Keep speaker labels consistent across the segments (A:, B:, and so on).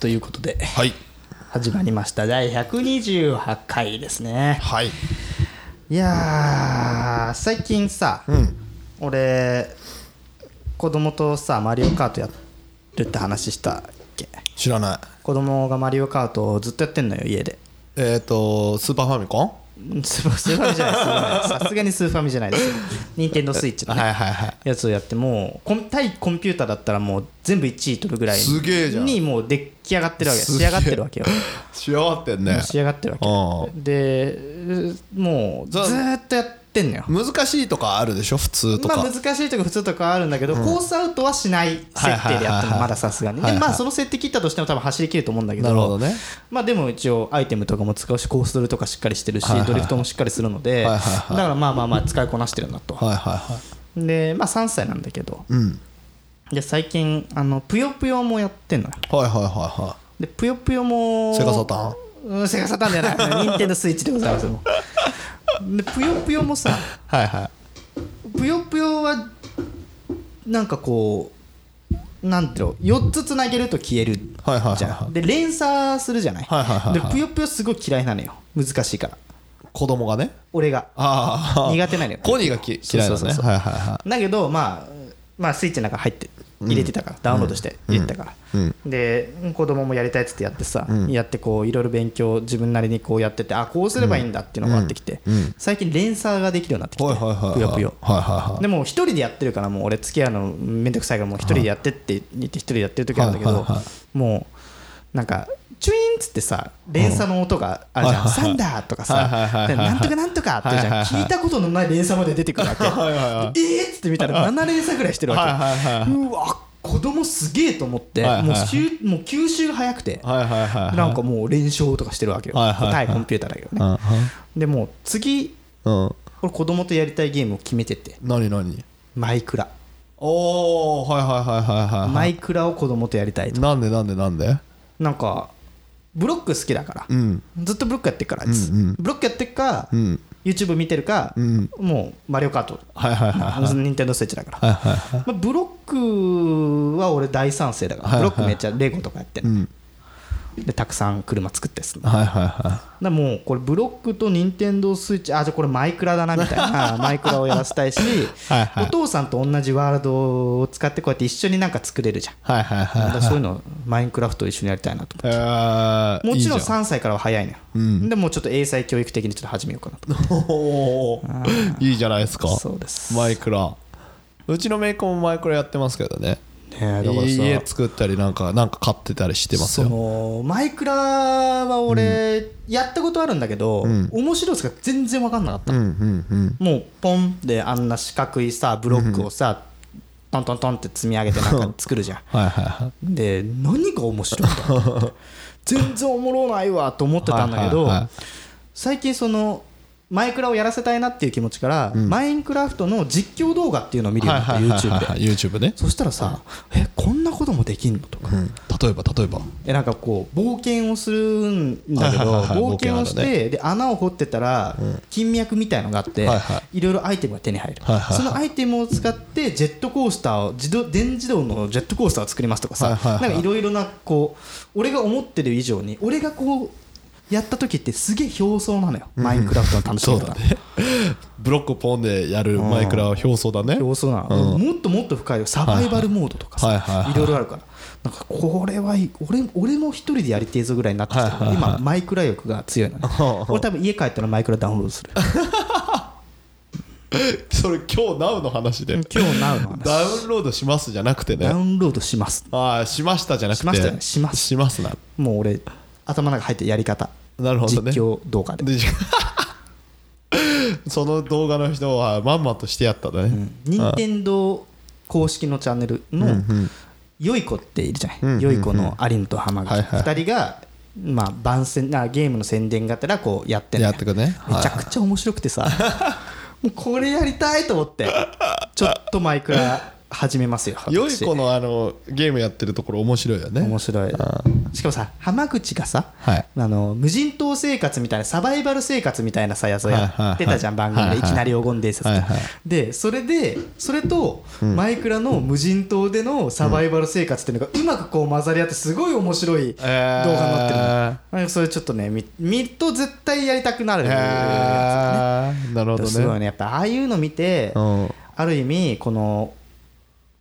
A: ということで
B: はい
A: 始まりました第128回ですね
B: はい
A: いやー最近さ、俺子供とさマリオカートやるって話したっけ
B: 知らない
A: 子供がマリオカートをずっとやってんのよ家で
B: えっ、ー、とスーパーファミコン
A: うんスーパースーファミじゃないスーファミさすがにスーファミじゃないです ニンテンドースイッチの、ね
B: はいはいはい
A: やつをやってもうコン対コンピューターだったらもう全部1位取るぐらい
B: すげえじゃん
A: にもう出来上がってるわけ
B: すげえ
A: 仕上がってるわけよ
B: 仕上がってんね
A: 仕上がってるわけでもうず
B: ざ
A: ーっとやってんのよ
B: 難しいとかあるでしょ普通とか、
A: まあ難しいとか普通とかあるんだけど、コースアウトはしない設定でやってもまださすがに、
B: はいはいは
A: で
B: いはい
A: まあその設定切ったとしても多分走り切ると思うんだけど
B: なるほどね
A: まあでも一応アイテムとかも使うしコース取りとかしっかりしてるし、
B: はいはいはい
A: ドリフトもしっかりするので、
B: はいはいはい
A: だからまあまあまあ使いこなしてるなと、
B: はいはいはい
A: でまあ3歳なんだけど
B: うん
A: で最近あのぷよぷよもやってんのよ
B: はいはいはいは
A: でぷよぷよも
B: いセガサタン
A: うんセガサタンじゃない 任天堂スイッチでございますもうでぷよぷよもさ
B: はいはい
A: ぷよぷよはなんかこうなんていうの4つつなげると消える
B: はいはい
A: じ
B: はい
A: ゃん、
B: はい
A: で連鎖するじゃない,、
B: はいはいはいは
A: で
B: い
A: ぷよぷよすごい嫌いなのよ難しいから
B: 子供がね
A: 俺が
B: ああ
A: 苦手なのよ
B: コニーがき嫌いなの
A: そう
B: ね
A: そうそうそう
B: はいはいは
A: だけどまあまあスイッチの中入って入れてたから、ダウンロードして入れてたから、で子供もやりたいっつってやってさ、やってこういろいろ勉強自分なりにこうやっててあこうすればいいんだっていうのがあってきて、最近連鎖ができるようになってき
B: い
A: て
B: はいはいはい
A: ぷよぷよ
B: はいはいはい
A: でも一人でやってるからもう俺付き合うのめんどくさいからもう一人でやってって言って一人でやってる時あるんだけ
B: はい
A: ど
B: はいは
A: もうなんかチュイーンっつってさ連鎖の音があるじゃ
B: うん
A: ん「
B: はいはい
A: サ
B: はい
A: ンダー」とか
B: はいはい
A: さ
B: は
A: 「
B: い
A: で
B: はい
A: なんとかなんとか」ってじ
B: はいはい
A: ゃん
B: はい
A: 聞いたことのない連鎖まで出てくるわけ
B: いはいは
A: でえーっつって見たら7連鎖ぐらいしてるわけ
B: はいはいはいう
A: わ子供すげえと思って
B: はいはいはい
A: もうしゅうもう吸収が早くて
B: はいはいはい
A: なんかもう連勝とかしてるわけよ
B: はいはいはい
A: 対コンピューターだけどね
B: う
A: でもう次
B: んうん
A: これ子供とやりたいゲームを決めてて
B: 何何
A: マイクラ
B: おおはいはいはいはいはいはい
A: マイクラを子供とやりたいと
B: なんでなんでなんで
A: なんかブロック好きだから、
B: うん
A: ずっとブロックやってるからあいつ、
B: うんうん
A: ブロックやってるか、
B: うん
A: YouTube 見てるか、
B: ん
A: もうマリオカート
B: はいはいはいはいはい
A: 任天堂スイッチだから、
B: はいはい
A: まあ、ブロックは俺大賛成だから、
B: はいは
A: ブロ
B: い
A: ックめっちゃレゴとかやってる、
B: うん
A: でたくさん車作ってすんのだか
B: はいはいは
A: らもうこれブロックと任天堂スイッチあじゃあこれマイクラだなみたい なマイクラをやらせたいし
B: はいはい
A: お父さんと同じワールドを使ってこうやって一緒になんか作れるじゃん
B: いはいはい
A: だ
B: はい
A: からそういうのマインクラフトを一緒にやりたいなと思って
B: えー
A: もちろん
B: いいじゃ
A: 3歳からは早いのよ、
B: うん
A: でもうちょっと英才教育的にちょっと始めようかなと
B: おーいいじゃないですか
A: そうです
B: マイクラうちのメイクもマイクラやってますけどね
A: ねえだからさ
B: 家作ったりなんかなんか買ってたりしてます
A: そ
B: よ
A: のマイクラは俺やったことあるんだけど、面白さが全然分かんなかった
B: うん、うんうん
A: もうポンであんな四角いさブロックをさ、トントントンって積み上げてなんか作 るじゃん
B: はいはいはい
A: で何が面白いんだろうって全然おもろないわと思ってたんだけど、
B: はいはいはい
A: 最近そのマイクラをやらせたいなっていう気持ちから、マインクラフトの実況動画っていうのを見るようになった、
B: はいはい
A: YouTube
B: はい
A: で、
B: はい YouTube ね
A: そしたらさえこんなこともできんのとか、
B: うん例えば例えば
A: えなんかこう冒険をするんだけど、
B: はいはいはい
A: 冒険をし
B: 冒険ある
A: て、で穴を掘ってたら、金脈みたいのがあって、
B: はいいは
A: ろいろアイテムが手に入る、
B: はいはいはい
A: そのアイテムを使ってジェットコースターを自動電自動のジェットコースターを作りますとかさ、
B: はいはいはい
A: なんかいろいろなこう俺が思ってる以上に俺がこうやった時ってすげえ表層なのよ、マインクラフトの楽し
B: そ
A: み
B: う
A: 方
B: だ
A: が、
B: ねブロックポンでやるマイクラは表層だね
A: 表層なの、もっともっと深いよサバイバルモードとかさ、
B: はいいはいはい
A: ろいろあるからなんかこれはいい俺俺も一人でやりてえぞぐらいになってきてる、
B: はいはいはい
A: 今マイクラ欲が強いの ね俺多分家帰ったらマイクラダウンロードする
B: それ今日 NOW の話で
A: 今日なうの話
B: ダウンロードしますじゃなくて
A: ダ
B: ね
A: ウンロードします
B: ああしましたじゃなくて
A: しましたよねします
B: しますな
A: もう俺頭の中入ってやり方
B: なるほどね
A: 実況動画で
B: で その動画の人はまんまとしてやったんだね、
A: 任天堂公式のチャンネルの、よい子っているじゃない、
B: んうん
A: よい子の有野と浜口、
B: はいはい
A: 2人が、まあ、番宣あゲームの宣伝がてらこうやってんのよ
B: やってくねはい
A: めちゃく ちゃ面白くてさもうこれやりたいと思ってちょっとマイクラ始めますよ
B: 良い
A: 私
B: 子のあのゲームやってるところ面白いよね
A: 面白いしかもさ浜口がさ、
B: はい
A: あの無人島生活みたいなサバイバル生活みたいなさやつをやってたじゃん、
B: はいはい
A: 番組で、
B: はい
A: い
B: はい
A: きなり黄金伝説とか、
B: はいはい
A: でそれでそれと、マイクラの無人島でのサバイバル生活っていうのがうまくこう混ざり合ってすごい面白い動画になってるの、なんかそれちょっとね見見ると絶対やりたくなる
B: えーなるほどね
A: すごいねやっぱああいうの見て、
B: うん
A: ある意味この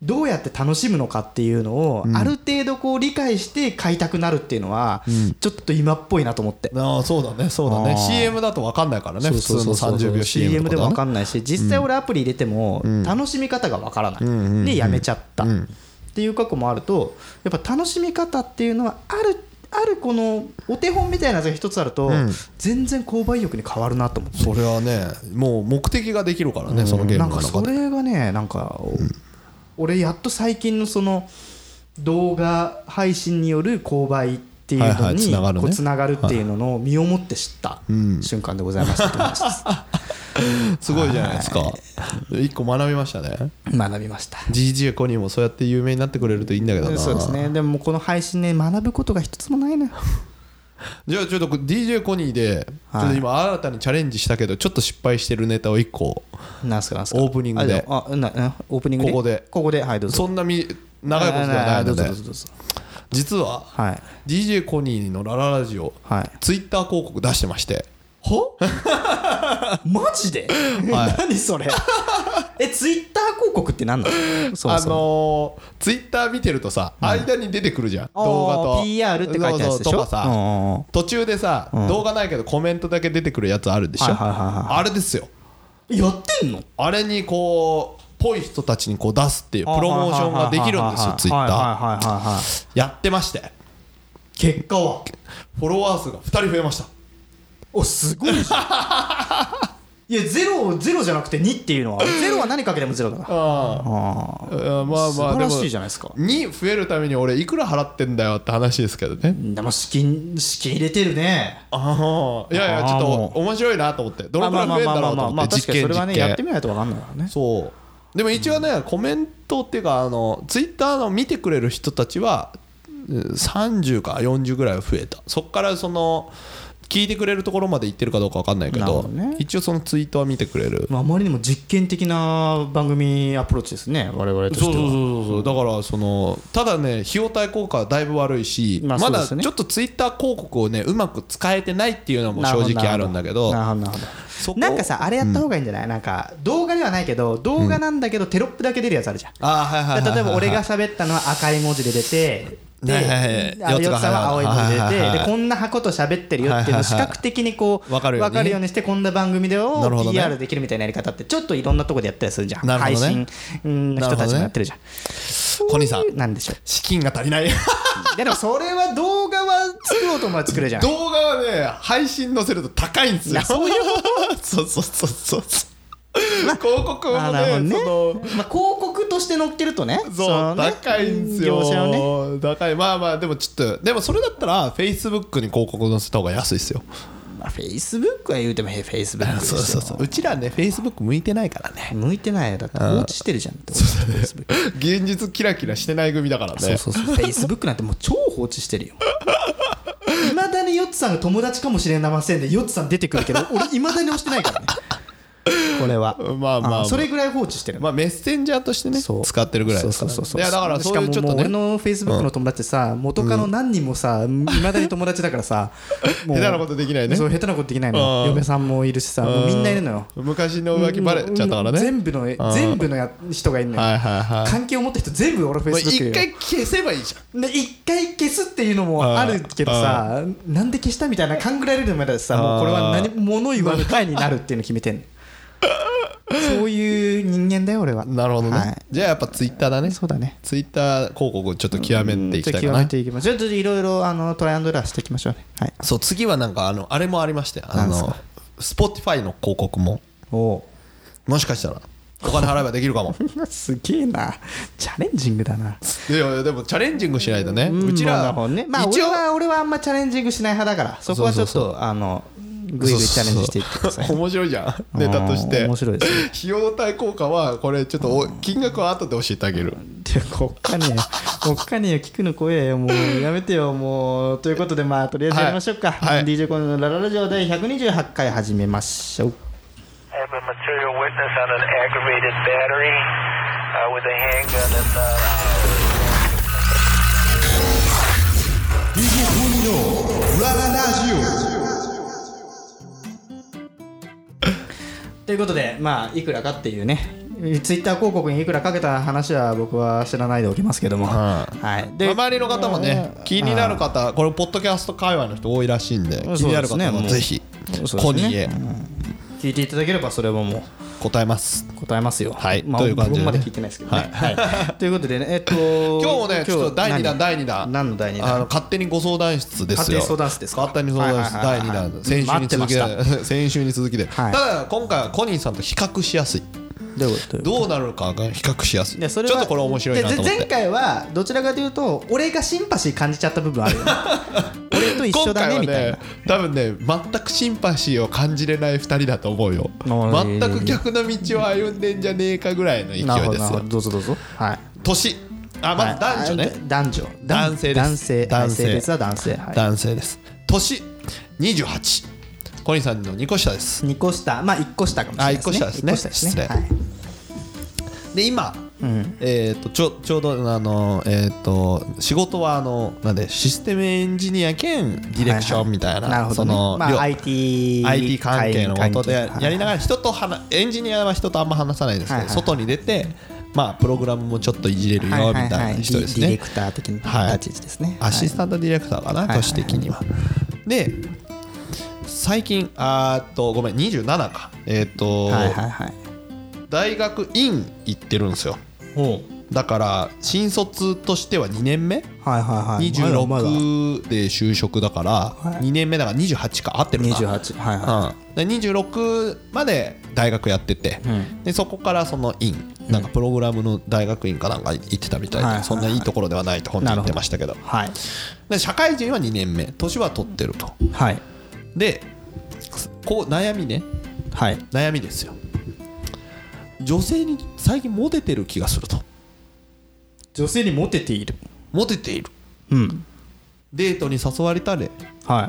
A: どうやって楽しむのかっていうのを、ある程度こう理解して買いたくなるっていうのは、ちょっと今っぽいなと思って。
B: ああそうだねそうだ
A: あ
B: ね
A: ー
B: CM だと分かんないからね
A: そうそう
B: 普通
A: そ
B: の
A: うそう
B: 30秒 CM
A: で
B: と
A: も分
B: か
A: か
B: ね
A: んないし実際俺アプリ入れても楽しみ方が分からない、でやめちゃった、っていう過去もあるとやっぱ楽しみ方っていうのはあるあるこのお手本みたいなやつが一つあると、全然購買意欲に変わるなと思って
B: それはねもう目的ができるからねそのゲー
A: な
B: ム
A: ん
B: の
A: か
B: 中
A: そ
B: で
A: れがねなんか、俺やっと最近のその動画配信による購買っていう
B: はい
A: の
B: はいつながる
A: に
B: ね
A: こうつながるっていうのの身をもって知った瞬間でございましたって話 です、
B: すごいじゃないですか一個学びましたね
A: 学びました
B: GG コニーもそうやって有名になってくれるといいんだけどな
A: そうですねでももうこの配信ね学ぶことが一つもないのよ
B: じゃあちょっと DJ コニーでちょ
A: はい
B: っと今新たにチャレンジしたけどちょっと失敗してるネタを一個
A: なんすかなんすか
B: オープニングで
A: ああななオープニングで
B: ここで
A: ここではいどうぞ
B: そんなみ長いことではない
A: ど
B: の
A: うぞ
B: で
A: どうぞどうぞ
B: 実 は
A: はい
B: DJ コニーのラララジオ
A: はい
B: ツイッター広告出してまして
A: はマジで、 何そ れえツイッター広告って何なのそもそも
B: あのー、ツイッター見てるとさ、間に出てくるじゃん
A: あー
B: 動画と
A: PR って書いてあるやつでしょ
B: そうそうとかさ、
A: うんうんうん
B: 途中でさ、動画ないけどコメントだけ出てくるやつあるでしょ、
A: はいはいはいは
B: あれですよ
A: やってんの
B: あれにこうぽい人たちにこう出すっていうプロモーションができるんですよツイッタ
A: はいはいはいはい
B: ーやってまして
A: 結果は
B: フォロワー数が2人増えました
A: おすごいじゃんいやゼロゼロじゃなくて2っていうのはゼロは何かけてもゼロだから
B: あ
A: あ
B: あまあ
A: 素
B: まあ
A: 晴
B: で
A: ら
B: も
A: しいじゃないですか
B: 2増えるために俺いくら払ってんだよって話ですけどね
A: ーでも資金資金入れてるね
B: ああいやいやちょっ
A: あーも
B: と面白いなと思ってどのくらい増えんだろうと思っ
A: 確
B: て実
A: かにそ
B: 験
A: れ
B: 実
A: はねやって
B: 験
A: みないと分かんないからね
B: そうでも一応ねコメントっていうかあのツイッターの見てくれる人たちはうん30か40ぐらいは増えたそっからその聞いてくれるところまで行ってるかどうか分かんないけど
A: なるほどね
B: 一応そのツイートは見てくれる
A: まああまりにも実験的な番組アプローチですね我々として
B: そう
A: は
B: そうそうそうだからそのただね費用対効果はだいぶ悪いし、
A: まあ
B: ま
A: そうで
B: だち
A: すね
B: ょっとツイッター広告をねうまく使えてないっていうのも
A: な
B: 正
A: ほ
B: 直あるんだけど
A: なるほどなるほど
B: そこ
A: なんかさあれやった方がいいんじゃない、なんか動画ではないけど動画なんだけどテロップだけ出るやつあるじゃん、
B: あーはいはいはいはい
A: 例えば俺が喋ったのは赤い文字で出てで、
B: はいはいはい
A: あ
B: 四つ
A: 四
B: が
A: つさんは青い文字で出て、
B: はいはいはい
A: でこんな箱と喋ってるよっていうのを視覚的にこう
B: はいはいはいわかるよ
A: わよう
B: うに
A: にしてこんな番組で
B: なるほ
A: を
B: どね
A: PR できるみたいなやり方ってちょっといろんなとこでやったりするじゃん、
B: なるほ
A: 配
B: どね
A: 信うんの人たちもやってるじゃん、
B: 小西さん
A: なんでしょ
B: 資金が足りない
A: うでもそれは動画は作ろうと思えば作るじゃん
B: 動画はね配信載せると高いんですよ
A: あそういう
B: そうそうそうそうそう広告も
A: あなるほ
B: ね
A: どね
B: その
A: まあ、広告として乗っけるとね
B: そ
A: の
B: う
A: ね
B: 高いんです
A: 業者をね
B: よ高いまあまあでもちょっとでもそれだったらフェイスブックに広告載せた方が安いですよ
A: まあ、フェイスブックは言うてもへフェイスブック
B: そうそうそううちらねフェイスブック向いてないからね
A: 向いてないよだって放置してるじゃんってそう
B: 現実キラキラしてない組だからね
A: そうそうフェイスブックなんてもう超放置してるよいまだにヨッツさんが友達かもしれませんでヨッツさん出てくるけど俺いまだに押してないからねこれは
B: まあまあまあ
A: それぐらい放置してる
B: まあメッセンジャーとしてね
A: そう
B: 使ってるぐらいです
A: そ
B: か
A: う
B: ら
A: そうそう
B: いやだからそういうちょっ
A: し
B: と
A: かももう俺
B: ね
A: のフェイスブックの友達ってさ元カノ何人もさいまだに友達だからさもう
B: 下手なことできないね
A: そう下手なことできないのよ
B: うん
A: 嫁さんもいるしさもうみんないるのよ
B: 昔の浮気バレちゃったからね
A: 全部の全部のや人がいるのよ
B: はいはいはい
A: 関係を持った人全部俺フェ
B: まあ
A: イスブック
B: 一回消せばいいじゃん
A: 一回消すっていうのもあるけどさなんで消したみたいな勘ぐられるのも嫌だしさもうこれは何物言わぬ会になるっていうの決めてんのそういう人間だよ俺は
B: なるほどね、
A: はい
B: じゃあやっぱツイッターだね
A: そうだね
B: ツイッター広告をちょっと極めていきた
A: ちょ
B: いか
A: っと極
B: な
A: めていきましょうちょっといろいろあのトライアンドエラーしていきましょうねはい
B: そう次はなんかあのあれもありましてあ
A: なんす
B: の
A: か
B: Spotify の広告も
A: おお
B: もしかしたらお金払えばできるかも
A: う すげえなチャレンジングだない
B: やいやでもチャレンジングしないとねうちら
A: まあ、まあ、俺は俺はあんまチャレンジングしない派だからそこはちょっと
B: そうそう
A: あのぐいぐいチャレンジしていってく ださいね、
B: 面白いじゃんネタとして
A: あー面白いですね
B: 費用対効果はこれちょっとお金額は後で教えてあげる
A: で国家に国家に聞くの怖えよもうやめてよもうということでまあとりあえずやりましょうか、
B: はいはい
A: DJ コンのラララジオ第128回始めましょう
C: I have a material witness on an aggravated battery uh, with a handgun and. Uh
D: DJ コミのラララジオ
A: ということでまあいくらかっていうねツイッター広告にいくらかけた話は僕は知らないでおきますけども、は
B: はいまあ
A: で
B: 周りの方もね気になる方これポッドキャスト界隈の人多いらしいんで
A: そうですね
B: 気になる方もぜひ
A: もうそうですね
B: コニーへ
A: 聞いていただければそれはもう
B: 答えます
A: 答えますよ。
B: はい
A: まあ、
B: という感じで
A: 僕
B: ね
A: まで聞いてないですけどね。はい。ということでね、えっと、
B: 今日もねちょっと第2
A: 何
B: 弾第2弾
A: 何の第二
B: あ
A: 弾
B: の勝手にご相談室です
A: 勝手
B: よ
A: に相談室ですか
B: 勝手に相談室
A: はい
B: 第
A: はい
B: 2
A: はいはい
B: 弾先週に続き
A: 待ってま
B: で先週に続きで
A: は
B: た
A: い
B: だ今回はコニーさんと比較しやすい
A: どういうこと
B: どうなるかが比較しやすい
A: で
B: ち
A: そ
B: ょっ
A: れは
B: とこれ面白いなと思っ
A: で前
B: て
A: 回はどちらかというと俺がシンパシー感じちゃった部分ある よね俺と一緒
B: 今
A: だ
B: 回
A: ね
B: は
A: みたい
B: ね
A: な
B: 多分ね全くシンパシーを感じれない2人だと思うよ
A: あー
B: 全く逆の道を歩んでんじゃねえかぐらいの勢い
A: なるほど
B: です
A: なるほ
B: よ
A: どどうぞどうぞはい
B: 年あまず男女ね
A: はい男女
B: 男性です
A: 男性
B: 男
A: 男
B: 性
A: 性別は男性はい
B: 男性です年28コニーさんの2個下です
A: 2個下まあ1個下かもしれないですね
B: あ一個下ですね
A: 一個下ですね
B: 失礼で今、えー、とちょちょうどあの、えー、と仕事はあのなんでシステムエンジニア兼ディレクションみたいな,、
A: ははるほ
B: そ
A: どね
B: の、
A: ま
B: 両
A: あ IT
B: IT 関係のことでやりな
A: ら
B: がら人と話エンジニアは人とあんま話さないですけど、
A: はいはいはい
B: 外に出て、まあ、プログラムもちょっといじれるよみたいな人です
A: デ
B: ね、
A: ィレクター的な立ち位置ですね
B: アシスタントディレクターかな、
A: はい
B: 都市的には。で最近あーっとごめん27かえーっと、
A: はいはいはい
B: 大学院行ってるんですよだから新卒としては2年目
A: はいはいはいまだまだ
B: 26で就職だから
A: はい
B: 2年目だから28か合ってるかな
A: 28はいはい
B: うん、で26まで大学やってて、
A: ん
B: でそこからその院なんかプログラムの大学院かなんか行ってたみたい
A: は
B: で、
A: いはいはい
B: そんないいところではないと本人言ってましたけど
A: はい
B: で社会人は2年目年は取ってると
A: はい
B: でこう悩みね
A: はい
B: 悩みですよ女性に最近モテてる気がすると
A: 女性にモテている
B: モテている
A: うん
B: デートに誘われたれ
A: は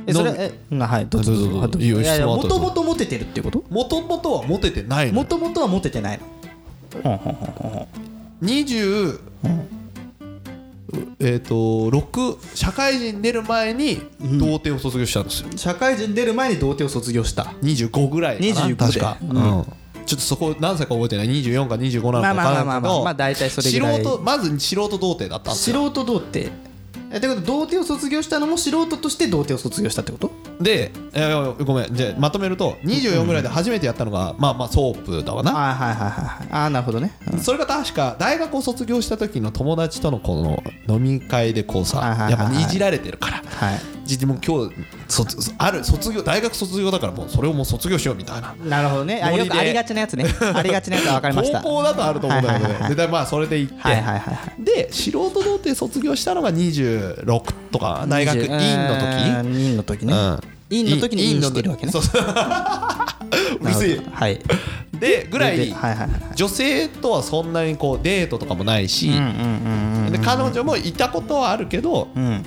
A: いえそれえなはいどうぞ
B: どうぞどうぞ
A: はい
B: いいよ
A: いやいや
B: 質問あ
A: も
B: ったら
A: ともとモテてるっていうこと
B: もともとはモテてないの
A: も
B: よ
A: ともとはモテてないの
B: 20、えっ、と6社会人出る前に童貞を卒業したんですよ、
A: 社会人出る前に童貞を卒業した
B: 25ぐらいかな
A: 25
B: 確か、
A: で
B: うんちょっとそこ何歳か覚えてない24か25な
A: ま
B: のか
A: あ
B: 分
A: まあ
B: か
A: まあま
B: らないけ
A: あ
B: ど
A: まあ大体それぐらい
B: 素人まず素人童貞だったんです
A: 素
B: よ
A: 人童貞えってこと童貞を卒業したのも素人として童貞を卒業したってこと
B: で、えーごめんじゃあまとめると24ぐらいで初めてやったのが、まあまあソープだわな、
A: ああはいはいはいはいああなるほどねうん
B: それが確か大学を卒業した時の友達とのこの飲み会でこうさ、
A: はいはいはい
B: やっ
A: はい
B: ぱいじられてるから、
A: は
B: 実もう今日卒ある卒業大学卒業だからもうそれをもう卒業しようみたいない
A: なるほどねあ
B: ノリ
A: よ
B: で
A: くありがちなや つねありがちなやつは分かりました
B: 高校だとあると思うんだけど
A: はいはいはいは
B: ね
A: い
B: でだまあそれで行って、
A: はいはいはいはい
B: で素人童貞卒業したのが26とか大学院の時
A: 時院の時ね
B: うん
A: 院の時に院
B: 院
A: してるわけね
B: そうそううる せえ
A: はい
B: でぐらい
A: ではいはいはいはい
B: 女性とはそんなにこうデートとかもないし、で彼女もいたことはあるけど、
A: うん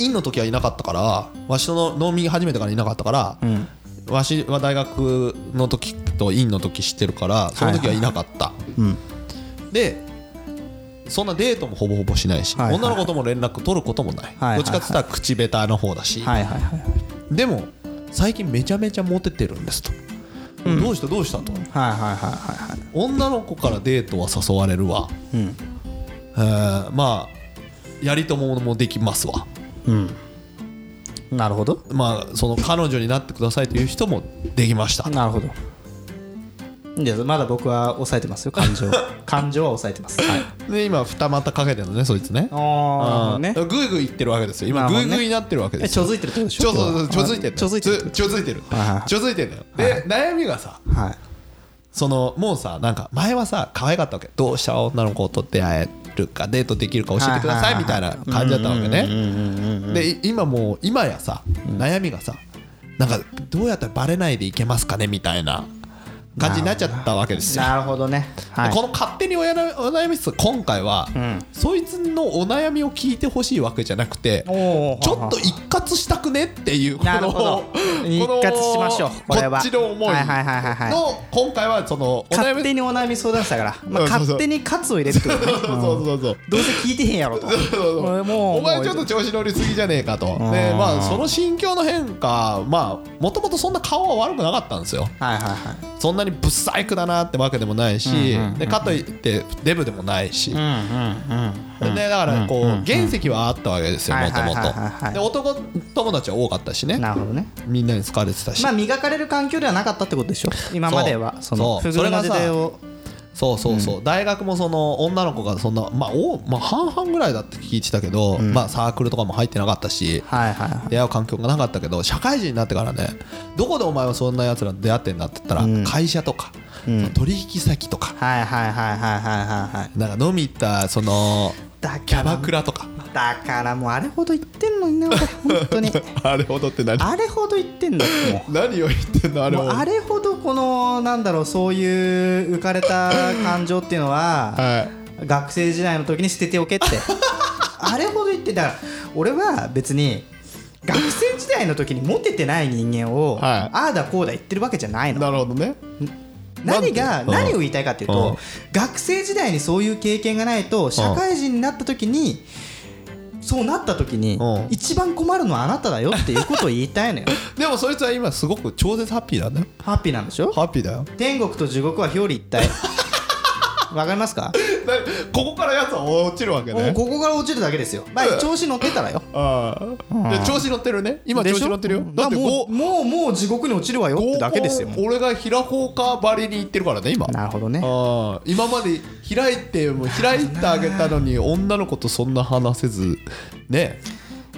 B: 院の時はいなかったからわしの農民始めてからいなかったから、
A: ん
B: わしは大学の時と院の時知ってるからその時はいなかった、
A: うん
B: でそんなデートもほぼほぼしないし、
A: はいはい
B: 女の子とも連絡取ることもない、
A: はいはい
B: どっちかって言ったら口下手な方だし、
A: はいはいはい
B: でも最近めちゃめちゃモテてるんですと、どうしたどうしたと
A: はいはいはいはいはい
B: 女の子からデートは誘われるわ、
A: うん
B: えーまあやりとももできますわ
A: うんなるほど
B: まあその彼女になってくださいという人もできました
A: なるほどいいですまだ僕は抑えてますよ感 情感情は抑えてますはい
B: で今二股かけてるのねそいつね
A: ああね
B: うんグイグイいってるわけですよ
A: な
B: 今
A: るほど
B: グイ
A: ね
B: グイになってるわけで
A: え
B: す
A: ちょ
B: よ
A: づいてるってことでし
B: ち
A: ょ
B: ょそうそうちょづいてる
A: ちょづいてる
B: ちょづいてる
A: はいはい
B: ちょづいてるのよで悩みがさ
A: はい
B: そのもうさなんか前はさ可愛かったわけどうしたら女の子と出会えるかデートできるか教えてください
A: は
B: み
A: いは
B: たい
A: いはい
B: な感じだったわけねでい今もう今やさ悩みがさなんかどうやったらバレないでいけますかねみたいな感じになっちゃったわけですよ。
A: なるほどね、はい、
B: この勝手におやなお悩み室今回は、
A: ん
B: そいつのお悩みを聞いてほしいわけじゃなくてち
A: おー
B: ょっと一括したくねっていうこ
A: なる
B: の
A: ほど一括しましょうこ
B: こ
A: れは
B: っちの思い
A: はいはいはいはいはい
B: の今回はそのお悩
A: 勝
B: み
A: 手にお悩み相談したから、まあ、
B: うんそうそう
A: 勝手にカツを入れてくる、ね、
B: そうそうそうそう
A: どうせ聞いてへんやろと俺もう
B: お前ちょ
A: も
B: っと
A: う
B: 調子乗りすぎじゃねえかとで
A: ん
B: まあその心境の変化まあもともとそんな顔は悪くなかったんですよ
A: はいはいはい
B: そんなにブサイクだなってわけでもないしでかといってデブでもないし
A: うんうんうん
B: でだからこう原石はあったわけですよ
A: は
B: も
A: い
B: と
A: はい
B: も
A: はいはいはい
B: とで男友達は多かったしね
A: なるほどね
B: みんなに好かれてたし
A: まあ磨かれる環境ではなかったってことでしょ今まではそ
B: そ
A: うの
B: そう
A: 不遇の時代
B: それがさ
A: を
B: そうそうそう大学もその女の子がそんなまあおまあ半々ぐらいだって聞いてたけどまあサークルとかも入ってなかったし
A: はいはいはい
B: 出会う環境がなかったけど社会人になってからねどこでお前はそんなやつらと出会ってんだって言ったら
A: うん
B: 会社とか、
A: ん
B: その取引先とか
A: はいはいはいはいはいはいはい
B: なんか飲み行ったその
A: だから
B: キャバクラとか
A: だからもうあれほど言ってんのにな俺本当に
B: あれほどって何
A: あれほど言ってんだってもう
B: 何を言ってんのあれ
A: も
B: ほ
A: う
B: ど
A: あれほどこのなんだろうそういう浮かれた感情っていうのは、
B: は
A: 学生時代の時に捨てておけってあれほど言ってだから俺は別に学生時代の時にモテてない人間を、
B: はい
A: ああだこうだ言ってるわけじゃない
B: い
A: の
B: なるほどね
A: 何が
B: なんで
A: 何を言いたいかっていうと、
B: うん
A: 学生時代にそういう経験がないと社会人になった時に、そうなった時に、
B: うん
A: 一番困るのはあなただよっていうことを言いたい のよ
B: でもそいつは今すごく超絶ハッピーなんだよ
A: ハッピーなんでしょ
B: ハッピーだよ
A: 天国と地獄は表裏一 体わかりますか、
B: だここからやつは落ちるわけ
A: もう
B: ね
A: ここから落ちるだけですよまあ調子乗ってたらよ
B: ああで調子乗ってるね今
A: で
B: 調
A: しょ
B: 子乗ってるよ
A: うん
B: だって
A: からも
B: こ
A: うもうもう地獄に落ちるわよっ
B: 合
A: て
B: コン
A: だけですよもう
B: 俺が平方かばりに行ってるからね今
A: なるほどね
B: ああ今まで開いても開いてあげたのに女の子とそんな話せずね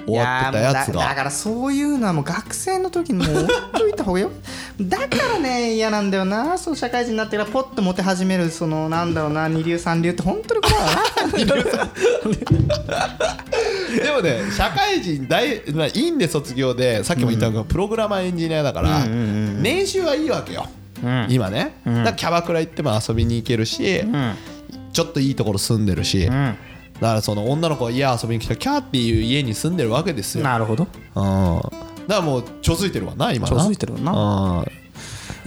B: 終わってたやつ
A: いーもうだだ
B: が
A: からそういうのはもう学生の時にもう置いといた方 がよだからね嫌なんだよなその社会人になってからポッとモテ始めるそのなんだろうな二流三流って本当に怖いわ な
B: でもね社会人大、まあ、院で卒業でさっきも言ったのがプログラマーエンジニアだか
A: う
B: ら
A: んうんうんうん
B: 年収はいいわけよ今ねだからキャバクラ行っても遊びに行けるし
A: うん
B: ちょっといいところ住んでるしだ
A: ん
B: からその女の子が家遊びに来たキャーっていう家に住んでるわけですよ
A: なるほど
B: うんだからもうちょづいてるわな今な
A: ちょづいてるわ
B: な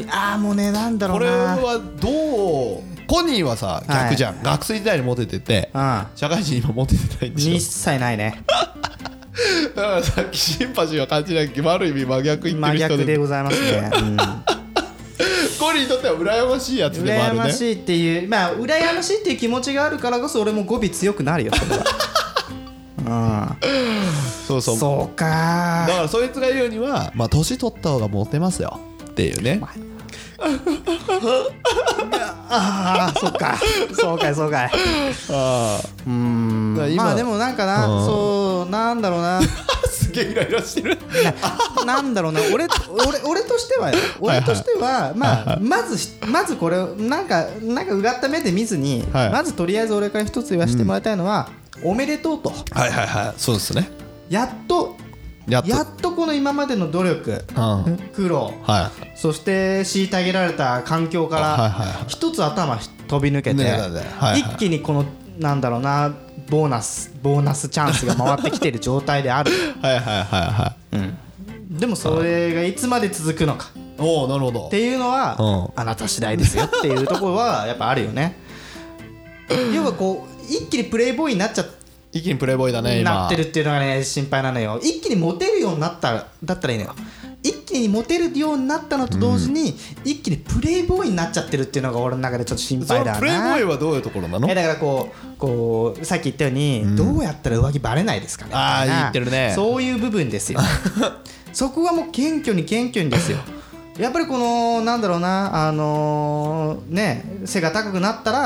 A: ああもうねなんだろ
B: こ
A: う
B: れ
A: な
B: はどうコニーはさ
A: はい
B: 逆じゃん、学生時代にモテてて、
A: うん
B: 社会人今モテてないんで
A: 一
B: し
A: 切ないね
B: ょだからさっきシンパシーは感じない悪い意味真逆言って
A: 真
B: る人
A: 逆
B: で
A: でございますね、うん
B: コニーにとっては羨ましいやつでもあ
A: 羨
B: るね
A: ましいっていうまあ羨ましいっていう気持ちがあるからこそ俺も語尾強くなるよそれ はうん
B: そうそう
A: そう
B: だ
A: か
B: からそいつが言うにはまあ年取った方がモテますよっていうね
A: あ あそっかそうかいそうかい
B: ああ
A: うーん
B: だから今
A: まあでもなんかな
B: うん
A: そうなんだろうな
B: すげえイライラしてる
A: なんだろうな俺俺俺としてはよ俺としてはまあまずしまずこれなんかなんかうがった目で見ずに
B: はい
A: まずとりあえず俺から一つ言わせてもらいたいのはおめでとうと
B: はいはいはいそうですね
A: やっと
B: やっと
A: やっとこの今までの努力
B: うん
A: 苦労
B: は
A: そして虐げられた環境か
B: はいはい
A: ら
B: はい
A: 一つ頭飛び抜けて
B: ねだねはいはい
A: 一気にこのなんだろうなボーナスボーナスチャンスが回ってきてる状態である
B: いはいはいはいはい
A: でもそれがいつまで続くのかっ
B: おおなるほど
A: ていうのは
B: う
A: あなた次第ですよっていうところはやっぱあるよ ね要はこう一気にプレイボーイになっちゃ
B: 一気にプレイボーイだね今
A: なってるっていうのがね心配なのよ一気にモテるようになっただったらいいのよ一気にモテるようになったのと同時に、一気にプレイボーイになっちゃってるっていうのが俺の中でちょっと心
B: その
A: 配だな
B: プレイボーイはどういうところなの
A: えだからこうこうさっき言ったように、どうやったら浮気バレないですかね
B: あ
A: みた
B: ー
A: いな
B: 言ってるね
A: そういう部分 ですよそこはもう謙虚に謙虚にですよやっぱりこのなんだろうなあのーね背が高くなったら、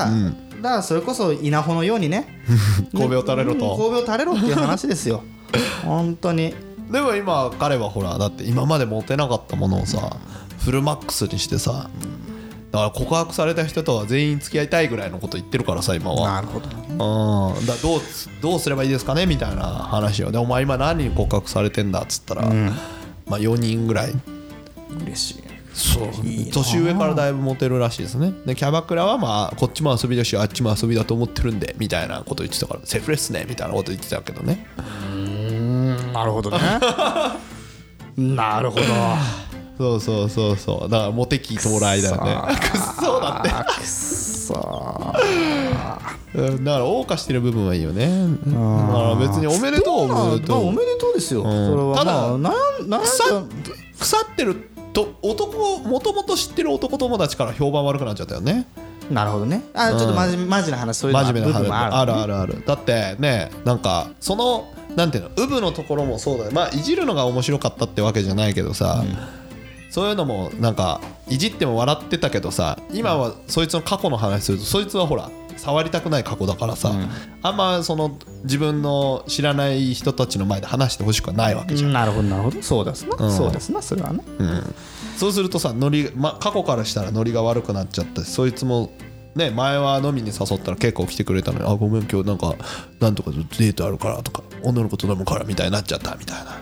A: だからそれこそ稲穂のように ね
B: 神戸を垂れろ
A: う
B: と
A: ん神戸を垂れろっていう話です よ本当に
B: でも今彼はほらだって今まで持てなかったものをさフルマックスにしてさだから告白された人とは全員付き合いたいぐらいのこと言ってるからさ今は
A: なるほどね
B: うんだからどうどうすればいいですかねみたいな話をでお前今何に告白されてんだっつったら、まあ4人ぐらい
A: 嬉しい
B: そう
A: いいな
B: 年上からだいぶモテるらしいですねでキャバクラはまあこっちも遊びだしあっちも遊びだと思ってるんでみたいなこと言ってたからセフレっすねみたいなこと言ってたけどね
A: なるほ どねなるほど
B: そうそうそうそうだからモテ期到来だよねくっそーだって
A: あくっそー
B: うんだから謳歌してる部分はいいよねだから別におめでと
A: ど
B: う
A: うな
B: おめ
A: んま
B: で
A: あ
B: と
A: お
B: う
A: めでとうですよ、それは
B: ただ
A: まあ、なんなん
B: 腐っ腐ってると男をもともと知ってる男友達から評判悪くなっちゃったよね
A: なるほどねあちょっとマジ,、マジな話そういうの
B: 真面目な
A: 部分
B: 話
A: も
B: あ
A: ある
B: るあるあるだってねなんかそのなんていうのウブのところもそうだよまあいじるのが面白かったってわけじゃないけどさ、そういうのもなんかいじっても笑ってたけどさ今はそいつの過去の話するとそいつはほら触りたくない過去だからさ、あんまその自分の知らない人たちの前で話してほしくはないわけじゃん、
A: うんなるほどなるほどそうですな、
B: ん
A: そうですなそれはね、
B: そうするとさノリ、ま、過去からしたらノリが悪くなっちゃってそいつも、ね、前は飲みに誘ったら結構来てくれたのに「あごめん今日なんかなんとかとデートあるから」とか「女の子と飲むから」みたいになっちゃったみたいな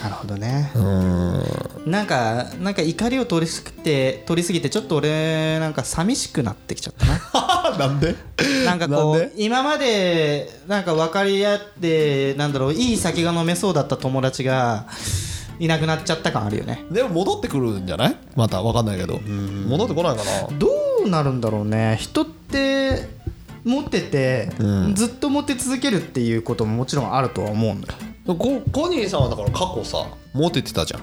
A: なるほどねなんかなんか怒りを通りすぎて通り過ぎてちょっと俺なんか寂しくなってきちゃった な
B: なんで
A: なんかこ
B: な
A: うん
B: で
A: 今までなんか分かり合ってなんだろういい酒が飲めそうだった友達がいなくなっちゃった感あるよね
B: でも戻ってくるんじゃないまたわかんないけど戻ってこないかな
A: どうなるんだろうね人って持ってて、ずっと持って続けるっていうことももちろんあるとは思うんだよ
B: ココニーさんはだから過去さモテてたじゃん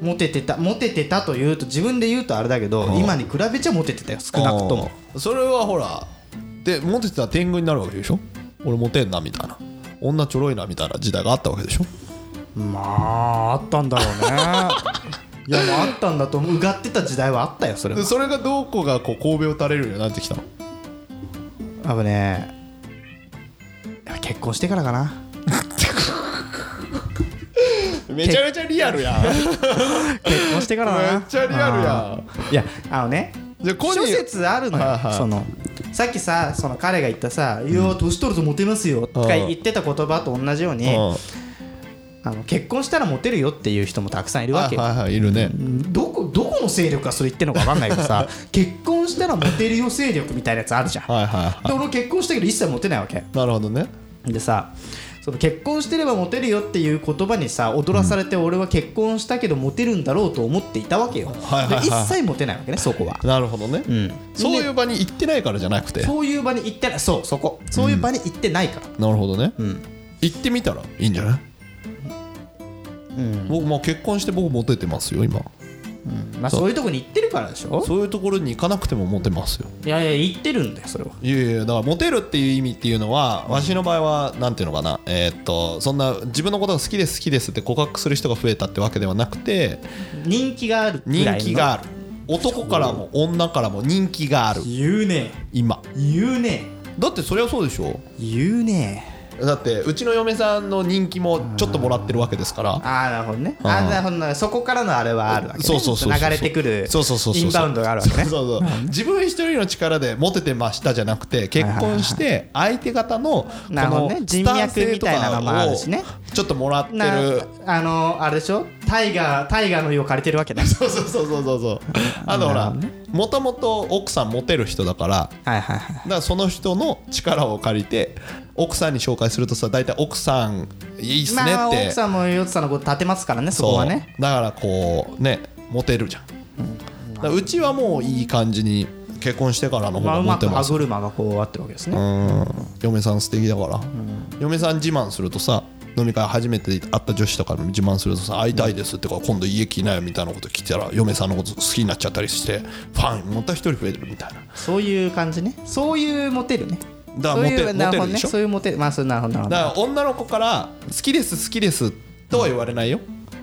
A: モテてたモテてたというと自分で言うとあれだけど、
B: ん
A: 今に比べちゃモテてたよ少なくとも
B: あーそれはほらでモテてたら天狗になるわけでしょ俺モテんなみたいな女ちょろいなみたいな時代があったわけでしょ
A: まああったんだろう ねいやもうあったんだと思ううがってた時代はあったよそれは
B: でそれがどうこうがこう神戸を垂れるようになってきたの
A: あぶねやっぱ結婚してからかな
B: めちゃめちゃリアルやん
A: 結婚してからだな
B: めっちゃリアルやん
A: あーいやあのね
B: じゃあコニー
A: 諸説あるの
B: はい
A: よ
B: はい
A: そのさっきさその彼が言ったさ「いやー年取るとモテますよ」とか言ってた言葉と同じようにあの結婚したらモテるよっていう人もたくさんいるわ
B: はい
A: けよ
B: はいはいいるね
A: どこどこの勢力がそれ言ってるのか分かんないけど さ結婚したらモテるよ勢力みたいなやつあるじゃん
B: はいはいは
A: で俺結婚したけど一切モテないわけ
B: いなるほどね
A: でさその結婚してればモテるよっていう言葉にさ踊らされて俺は結婚したけどモテるんだろうと思っていたわけよ、
B: はいはいは
A: で
B: い
A: 一切モテないわけねそこは、
B: なるほどね、
A: うん、
B: そうい
A: で
B: う場に行ってないからじゃなくてな
A: そういう場に行ってないそうそこそういう場に行ってないから、
B: るほどね、
A: ん
B: 行ってみたらいいんじゃない僕まあ結婚して僕モテてますよ今
A: まあ、そういうとこに行ってるからでしょ
B: そういうところに行かなくてもモテますよ
A: いやいや行ってるんだよそれはい
B: やいやだからモテるっていう意味っていうのはわしの場合はなんていうのかなえーっとそんな自分のことが好きです好きですって告白する人が増えたってわけではなくて
A: 人気があるぐ
B: 人
A: らいの
B: 気がある男からも女からも人気がある
A: 言うね
B: 今
A: 言うね
B: だってそりゃそうでしょ
A: 言うね
B: だってうちの嫁さんの人気もちょっともらってるわけですから
A: ああなるほどねあ
B: うん
A: ーなるほどなそこからのあれはあるわけ、ね、
B: そうそうそうそう
A: 流れてくる
B: そうそうそうそう
A: インバウンドがあるわけね
B: そうそうそう自分一人の力でモテてましたじゃなくて結婚して相手方のこ
A: なるほど
B: の
A: ね
B: スタンスと
A: 人脈みたいなのも
B: か
A: あ
B: を
A: るしね
B: ちょっともらって
A: な
B: る
A: あのあれでしょタイガータイガーの湯を借りてるわけね
B: そうそうそうそうそうそうあとほらもともと奥さんモテる人だから
A: はいはいはい
B: だからその人の力を借りて奥さんに紹介するとさ大体奥さんいいっすねって、
A: まあ奥さんもヨッツさんのこと立てますからねそ
B: そう
A: こはね
B: だからこうねモテるじゃん、うだからうちはもういい感じに結婚してからの方
A: まあ、
B: が
A: う
B: モ
A: ま
B: テ
A: く
B: ま
A: 歯
B: す、
A: 車がこうあってるわけですね、
B: うん嫁さん素敵だから、嫁さん自慢するとさ飲み会初めて会った女子とかに自慢するとさ会いたいですってか今度家来なよみたいなこと聞いたら嫁さんのこと好きになっちゃったりしてファンまた一人増えるみたいな
A: そういう感じねそういうモテるね
B: だか
A: そう
B: らモ
A: い
B: テ
A: うなるほ
B: モテる
A: ど
B: で
A: ね
B: しょ
A: そういうモテまあそうなるほどなるほど
B: だから女の子から「好きです好きです」とは言われないよ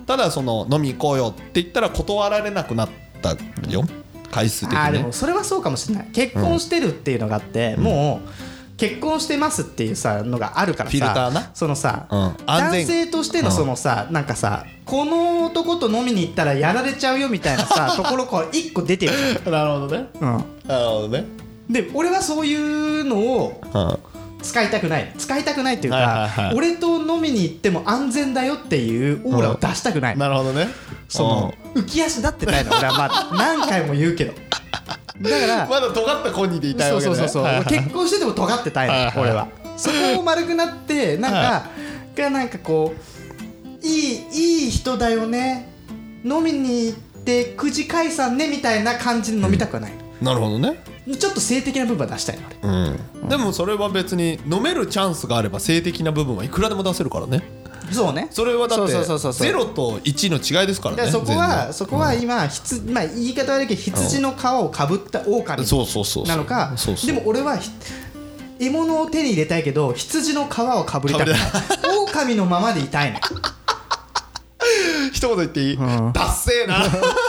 B: ただその「飲み行こうよ」って言ったら断られなくなったよ回数的
A: あー
B: に
A: で
B: ね
A: もそれはそうかもしれない結婚してるっていうのがあって、もう結婚してますっていうさのがあるからさ
B: フィルターな
A: そのさ、
B: うん安全
A: 男性としてのそのさ、なんかさこの男と飲みに行ったらやられちゃうよみたいな さところから一個出てる、
B: なるほどね
A: うん、
B: なるほどね
A: で俺はそういうのを
B: うん
A: 使いたくない使いたくないっていうか、
B: はいはいはい
A: 俺と飲みに行っても安全だよっていうオーラを出したくない、
B: なるほどね
A: その浮き足立ってないの俺はまあ何回も言うけ どだから、
B: まだ尖ったコニーでいたい
A: そう
B: わけ
A: そう
B: ね
A: そうそう、
B: はいはい
A: 結婚してても尖ってたいの、
B: はいはい
A: 俺はそこも丸くなってなんか、がなんかこういいいい人だよね飲みに行って9時解散ねみたいな感じに飲みたくはない、
B: なるほどね
A: ちょっと性的な部分は出したいの俺
B: でもそれは別に飲めるチャンスがあれば性的な部分はいくらでも出せるからね
A: そうね
B: それはだって
A: そうそうそうそう
B: 0と1の違いですから
A: だから
B: ね
A: そこ
B: 全
A: は
B: 然
A: そこは今、羊まあ、言い方悪いけど羊の皮をかぶった狼
B: そうそうそうそう
A: なのか
B: そうそう
A: でも俺はひ獲物を手に入れたいけど羊の皮をかぶりたくない
B: 被
A: 狼のままでいたいの
B: 一言言ってい
A: ん
B: い、ダッセーな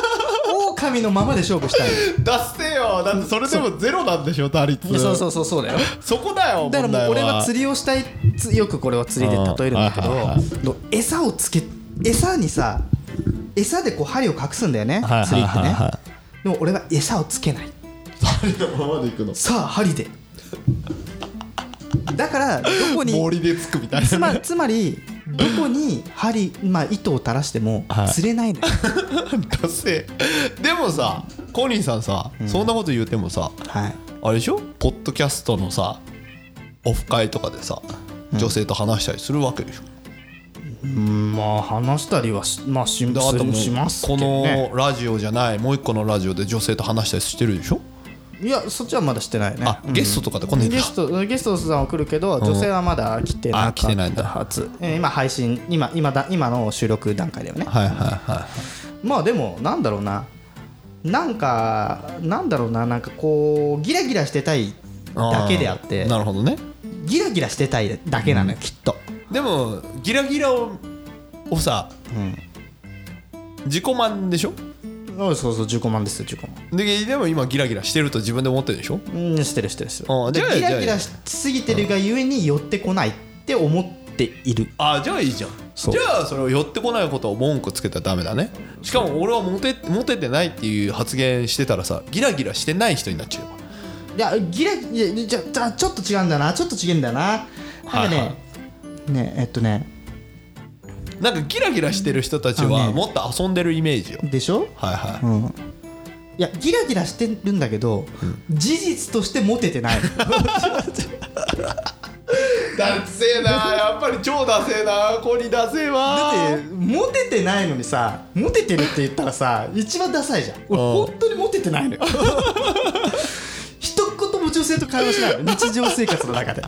A: 狼のままで勝負したい
B: ダッセーよだってそれでもゼロなんでしょ打率
A: のそうそううそうそうだよ
B: そこだよ
A: だからもう俺は
B: り
A: 釣りをしたいつよくこれは釣りで例えるんだけ
B: うんはいはい
A: どの餌をつけ餌にさ餌でこう針を隠すんだよね
B: はい
A: 釣りって
B: はいはい
A: ね
B: は
A: でも俺は餌をつけない
B: 針のままで行くの
A: さあ針でだからどこに
B: 森でつくみたい
A: つ
B: な
A: まつまりどこに針、まあ、糸を垂らしても
B: はい
A: 釣れないのよ、
B: ダセーでもさコニーさんさ、そんなこと言うてもさ
A: はい、
B: あれでしょポッドキャストのさオフ会とかでさ女性と話したりするわけでしょ、
A: まあ話したりはし,、まあ、し
B: であともう
A: しますけ
B: こ
A: ど、ね、
B: のラジオじゃないもう一個のラジオで女性と話したりしてるでしょ
A: いやそっちはまだしてないね
B: あゲストとかで来ないんだ
A: ゲストゲストさんは来るけど女性はまだ来てなか
B: あ
A: っ
B: 来てないんだ
A: たはず、えー今配信今今だ今の収録段階だよね
B: はいはいは
A: まあでもなんだろうななんかなんだろうななんかこうギラギラしてたい
B: い
A: だけであって
B: ーなるほどね
A: ギラギラしてたいだけなのよ、きっと
B: でもギラギラををさ、自己満でしょ
A: そうそうそう15万ですよ15万
B: ででも今ギラギラしてると自分で思ってるでしょ
A: うんしてるしてるして
B: ああ
A: る
B: じ
A: で
B: ゃあ
A: ギラギ
B: じゃ
A: ラ
B: あ
A: しすぎてるがゆえに寄ってこないって思っている
B: あじゃあいいじゃん
A: そう
B: じゃあそれを寄ってこないことを文句つけたらダメだねしかも俺はモテモテてないっていう発言してたらさギラギラしてない人になっちゃうよ
A: いやギラいやじゃじゃあちょっと違うんだなちょっと違うんだよななんかね、
B: はいは
A: ねえっとね
B: なんかギラギラしてる人たち
A: あ
B: は
A: ね
B: もっと遊んでるイメージよ
A: でしょ
B: はいはい、
A: いやギラギラしてるんだけど、事実としてモテてない
B: ダセえなやっぱり超ダセえなここにダセえわ
A: だってモテてないのにさモテてるって言ったらさ一番ダサいじゃん俺
B: うん
A: 本当にモテてないのよ 一言も女性と会話しないの日常生活の中で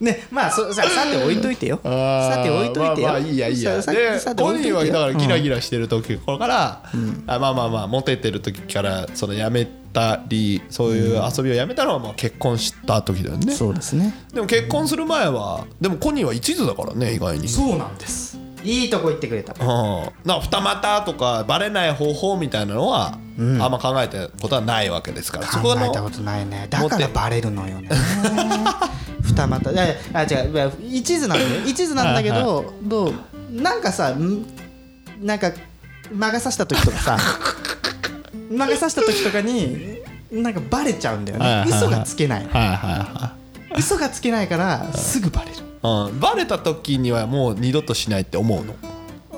A: ねまあそささて置いといてよ
B: あー
A: さて置いといてよ、
B: まあまあいいやいいや
A: ささ
B: で
A: さて
B: コ
A: 置い
B: ニ
A: といて
B: ー
A: よ
B: はだからギ
A: う
B: ラ
A: ん
B: ギラしてる時から、あまあまあまあモテてる時からそのやめたりそういう遊びをやめたのはまあ結婚した時だよね、
A: そうですね
B: でも結婚する前はでもコニーは一途だからね意外に
A: そうなんですいいとこ言ってくれた
B: うん、な二股とかバレない方法みたいなのは、あんま考えたことはないわけですからそ
A: 考
B: この
A: えたことないねだ
B: 持
A: か
B: って
A: らバレるのよね 二股いやいやあ違ういや一途なん だよ一途なんだけどどうなんかさんなんか魔が差した時とか さ魔が差した時とかになんかバレちゃうんだよ
B: はいはい
A: ね
B: はい
A: 嘘がつけない
B: はいは
A: 嘘がつけないからすぐバレる
B: いはい、うん、バレた時にはもう二度としないって思う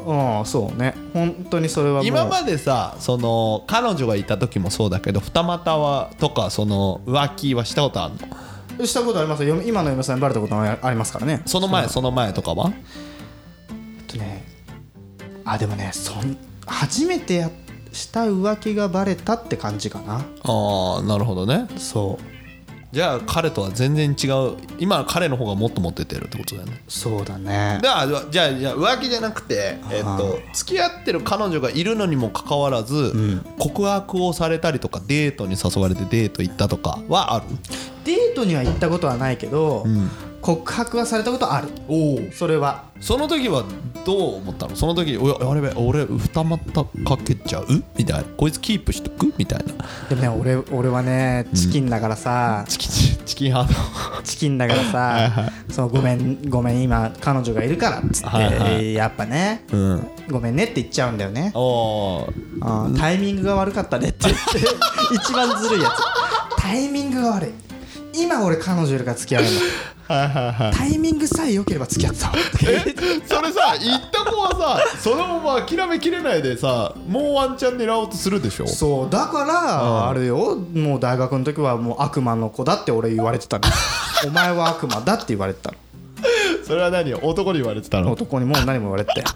B: の
A: うんそうね本当にそれはもう
B: 今までさその彼女がいた時もそうだけど二股はとかその浮気はしたことあるの
A: したことありますよ今の嫁さんにバレたことありますからね
B: その前その前とかは
A: えっとねあでもねそん初めてやした浮気がバレたって感じかな
B: ああなるほどね
A: そう
B: じゃあ彼とは全然違う今は彼の方がもっとモテてるってことだよね
A: そうだね
B: だからじゃあじゃあ浮気じゃなくて、えっと、付き合ってる彼女がいるのにもかかわらず、告白をされたりとかデートに誘われてデート行ったとかはある
A: デートには行ったことはないけど、告白はされたことある
B: お
A: それは
B: その時はどう思ったのその時「おやあれべ俺二股かけちゃう?」みたいな「こいつキープしとく?」みたいな
A: でもね俺俺はねチキンだからさ、
B: チキンチキンハー
A: チキンだから さそのごめんごめん今彼女がいるからっつって、
B: はいはい
A: やっぱね、
B: ド うん
A: ごめんねって言っちゃうんだよね
B: おー
A: あータイミングが悪かったね って言って 一番ずるいやつタイミングが悪い今俺彼女いるから付き合うんだ
B: はいはいはい
A: タイミングさえ良ければ付き合ってたわ
B: それさ行った子はさそのまま諦めきれないでさもうワンチャン狙おうとするでしょ
A: そうだからあれよもう大学の時はもう悪魔の子だって俺言われてた のお前は悪魔だって言われてたの
B: それは何男に言われてたの
A: 男にも何も言われてたよ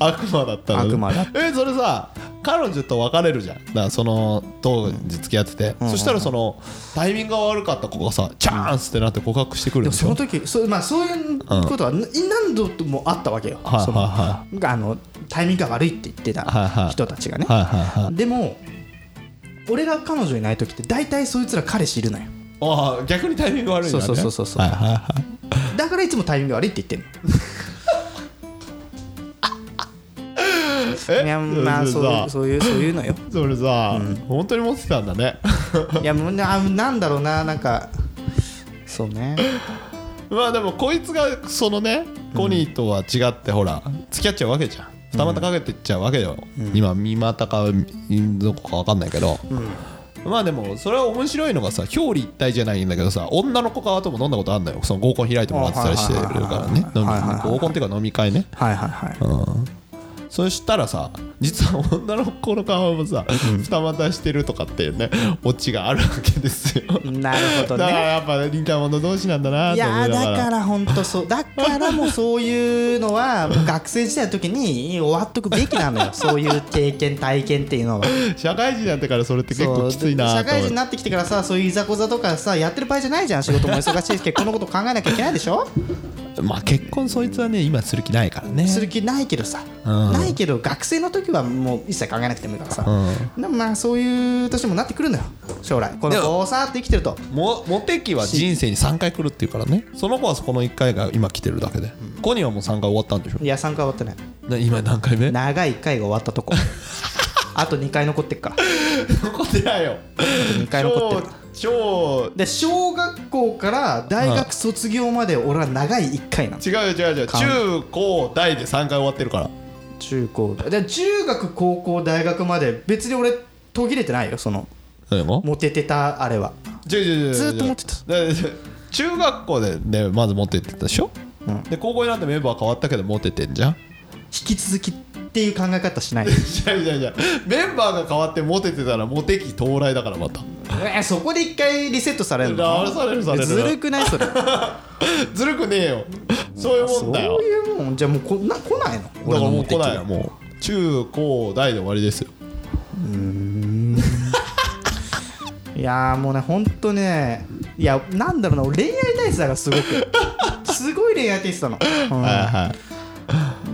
B: 悪魔だったの
A: 悪魔だっ
B: えそれさ彼女と別れるじゃんだからその当時付き合ってて、そしたらそのタイミングが悪かった子がさチャンスってなって告白してくる
A: でも
B: でし
A: そ
B: ょ
A: の時そう,、まあ、そういうことはな何度もあったわけよ、
B: はい
A: その
B: は
A: あのタイミングが悪いって言って
B: はいは
A: た
B: い
A: 人たちがね、
B: はいはいはい
A: でも俺が彼女いない時って大体そいつら彼氏いるのよ
B: ああ逆にタイミング悪いんだ、ね、
A: そうそうそうそう
B: はいはいはい
A: だからいつもタイミング悪いって言ってんのいやまあそういう
B: そ
A: そういうそういうのよ
B: それさ、本当に持ってたんだね
A: いやもうななんだろうななんかそうね
B: まあでもこいつがそのねコニーとは違ってほら付き合っちゃうわけじゃん二股かけてっちゃうわけよ、今三股かどこか分かんないけど、まあでもそれは面白いのがさ表裏一体じゃないんだけどさ女の子側とも飲んだことあんのよその合コン開いてもらってたりしてるからね
A: あ
B: 飲
A: はいはい
B: み
A: はいはい
B: 合コンっていうか飲み会ね
A: はいはいはい
B: そしたらさ実は女の子の側もさ二股してるとかっていうねオチがあるわけですよ
A: なるほど
B: だから
A: ね
B: やっぱりンターモンド同士なんだないと思
A: やー
B: いな
A: だ
B: が
A: からら本当そうだからもうそういうのはもう学生時代の時に終わっとくべきなのよそういう経験体験っていうのは
B: 社会人になってからそれって結
A: そ
B: 構
A: う
B: きついな
A: 社
B: と思
A: 会人
B: っ
A: に
B: て
A: なってきてからさそういういざこざとかさやってる場合じゃないじゃん仕事も忙しいし結婚のこと考えなきゃいけないでしょ
B: まあ結婚そいつはね今する気ないからね
A: する気ないけどさ、
B: うん
A: ないけど学生の時はもう一切考えなくてもいいからさ、
B: う
A: でもまあそういう年もなってくるのよ将来この
B: でも
A: こうさーって生きてると
B: もモテ期は人生に3回来るっていうからねその子はこの1回が今来てるだけで、コニーはもう3回終わったんでしょ
A: いや3回終わってない
B: な今何回目
A: 長い1回が終わったとこ あと2回残ってっから
B: 残ってないよ
A: 2回残ってる
B: 超
A: で小学校から大学卒業まで俺は長い1回なの
B: 超違うよ違う違う
A: かん
B: 中高大で3回終わってるから
A: 中高で中学高校大学まで別に俺途切れてないよその
B: 何も
A: モテてたあれは
B: 違う違う違う違う
A: ずーっと持ってた
B: だから中学校でねまず持ってってたでしょ、
A: うん
B: で高校になってメンバー変わったけど持っててんじゃん
A: 引き続きっていう考え方し ない
B: 違う違う違うメンバーが変わってモテてたらモテ期到来だからまた
A: えそこで一回リセットされる
B: あ
A: の
B: されるされる
A: ずるくない それ
B: ずるくねえよそういうも
A: そ
B: ん
A: う
B: だよ
A: いうもんじゃあもうこな来ないの
B: だからもう来ない
A: 俺の
B: よ
A: 目的
B: もう中高大で終わりですよ
A: いやーもうねほんとねいやなんだろうな俺恋愛体質だからすご くすごい恋愛体質なの、うん
B: はいは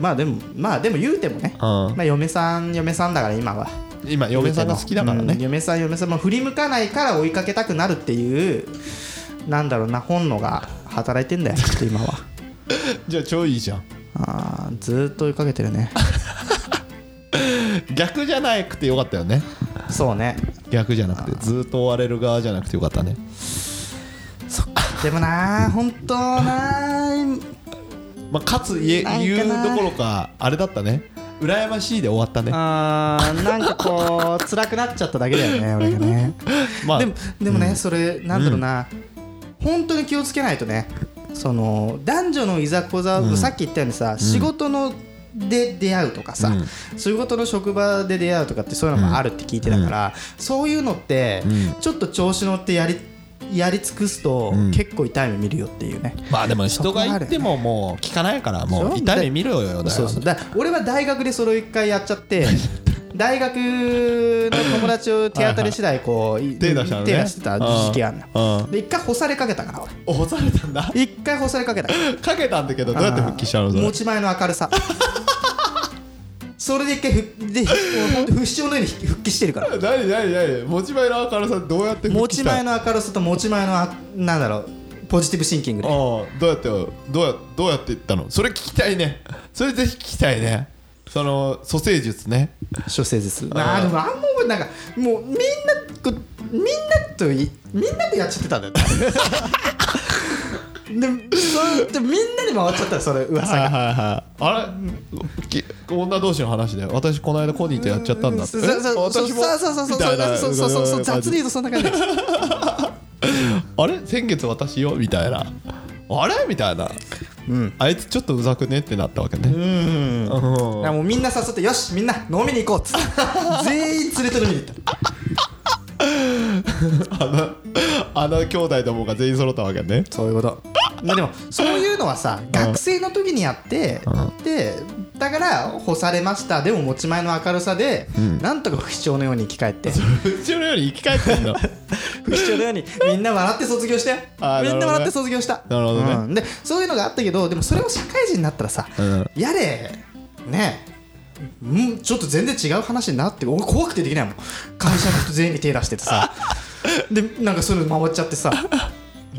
A: まあでもまあでも言うてもね、まあ嫁さん嫁さんだから今はい
B: 今嫁さんが好きだから
A: うん
B: ね
A: 嫁さん嫁さんも振り向かないから追いかけたくなるっていうなんだろうな本能が働いてんだよきっと今は
B: じゃあ超いいじゃん
A: あーずーっと追いかけてるね
B: 逆じゃなくてよかったよね
A: そうね
B: 逆じゃなくてずーっと追われる側じゃなくてよかったね
A: でもなー本当なー
B: まあかつ言え
A: ないか
B: 言
A: な
B: うどころかあれだったね羨ましいで終わったね
A: あーなんかこう辛くなっちゃっただけだよね俺がね
B: まあ
A: でもでもね、それなんだろうな、本当に気をつけないとねその男女のいざこざ、さっき言ったようにさ、仕事ので出会うとかさ、仕事の職場で出会うとかってそういうのもあるって聞いてたから、そういうのって、ちょっと調子乗ってやりやり尽くすと、結構痛い目見るよっていうね。
B: まあでも人が言ってももう聞かないからもう痛い目見ろよだ
A: そ
B: よ
A: うそうだ俺は大学でそれを一回やっちゃって 大学の友達を手当たり次第こうい
B: 手出したのね
A: 出してた時期があん
B: う
A: の
B: ん
A: で一回干されかけたから俺
B: 押されたんだ
A: 一回干されか けたから
B: かけたんだけどどうやって復帰したのそれ
A: 持ち前の明るさそれで一回 ふでほんと不死鳥のように復帰してるから
B: 何何何持ち前の明るさどうやって
A: 持
B: 復帰
A: ち
B: した
A: 前の明るさと持ち前のあなんだろうポジティブシンキングで
B: のああどうやってどうやどうやっていったのそれ聞きたいねそれぜひ聞きたいねその蘇生術ね
A: 処世術
B: あ
A: あ
B: ー
A: ーでもあんま覚えてないなんかもうみんなこうみんなといみんなとやっちゃってたんだよ でそうでみんなに回っちゃったよそれ噂
B: はい
A: が
B: はいはいあれき女同士の話で私この間コニーとやっちゃったんだ
A: そうそうそうそうそうそうそうそうそうそうそうそうそうそう雑に言うとそんな感じです
B: あれ先月私よみたいなあれみたいな、あいつちょっとうざくねってなったわけね、
A: だからもうみんな誘ってよしみんな飲みに行こうっつって 全員連れて飲みに行った
B: あの兄弟どもが全員揃ったわけ ね
A: そういうことまあでもそういうのはさ学生の時にやってでだから干されましたでも持ち前の明るさで、なんとか不死鳥のように生き返って
B: うちのより生き返ってんの
A: 不死鳥のようにみんな笑って卒業したよ
B: あ
A: み
B: ー
A: んな
B: なる
A: 笑っ
B: ほどね
A: て卒業した
B: なるほどね
A: うんでそういうのがあったけどでもそれを社会人になったらさ、
B: うん
A: やれねうんちょっと全然違う話になって俺怖くてできないもん会社の人全員に手出してて さでなんかそういうの回っちゃってさ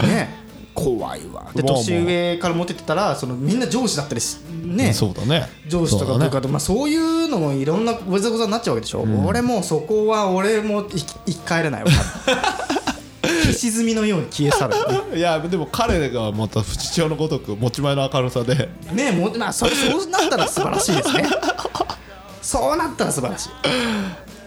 A: ね怖いわで
B: まあまあ
A: 年上からモテてたらそのみんな上司だったりしね
B: そうだね
A: 上司とか
B: そう
A: 部
B: だ
A: 下
B: ね
A: とか、まあ、そういうのもいろんなごちゃごちゃになっちゃうわけでしょ、俺もうそこは俺も生き生き返れ ないわ石積みのように消え去る
B: いやでも彼がまた不死鳥のごとく持ち前の明るさで
A: ねえもう、まあ、それそうなったら素晴らしいですねそうなったら素晴らしい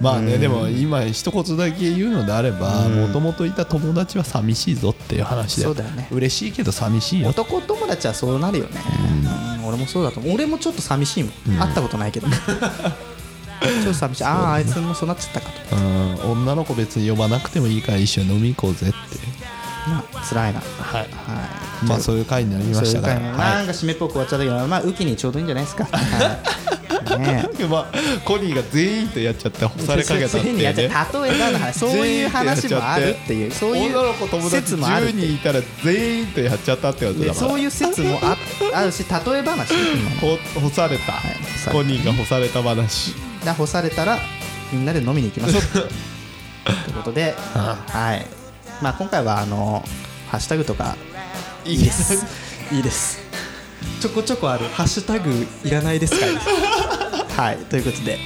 B: まあねでも今一言だけ言うのであればもともといた友達は寂しいぞっていう話で
A: そうだよね
B: 嬉しいけど寂しいよ
A: 男友達はそうなるよね、うん俺もそうだと思う俺もちょっと寂しいもん、会ったことない けどちょっと寂しいあああいつもそうなっちゃったかと
B: うん女の子別に呼ばなくてもいいから一緒に飲み行こうぜって
A: まあ辛いな
B: はい
A: はい
B: まあそういう回になりましたから
A: そういう回も
B: は
A: なんか締めっぽく終わっちゃったけどまあ雨季にちょうどいいんじゃないです かはいねえ
B: いまあコニーが全員とやっちゃ って干されかけた
A: そ
B: っ
A: う
B: て
A: いうふうにやっちゃ
B: ね
A: う例えばの話そういう話もあるっていうそういう
B: 女の子友達
A: 説もあるっ
B: 10
A: ていう
B: 人いたら全員とやっちゃったってことだ
A: で
B: から
A: そういう説も ああるし例え話
B: ほ干さ
A: い干さ
B: れた、
A: れた
B: コニーが干された話
A: が干されたらみんなで飲みに行き ましょうということで、はいまあ、今回はあのハッシュタグとかいいですいいですちょこちょこある「ハッシュタグいらないですかね」 はいということで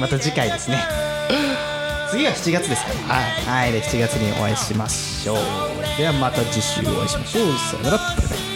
A: また次回ですね次は7月ですからはい、はい、で7月にお会いしましょうではまた次週お会いしましょうさよならバイバイ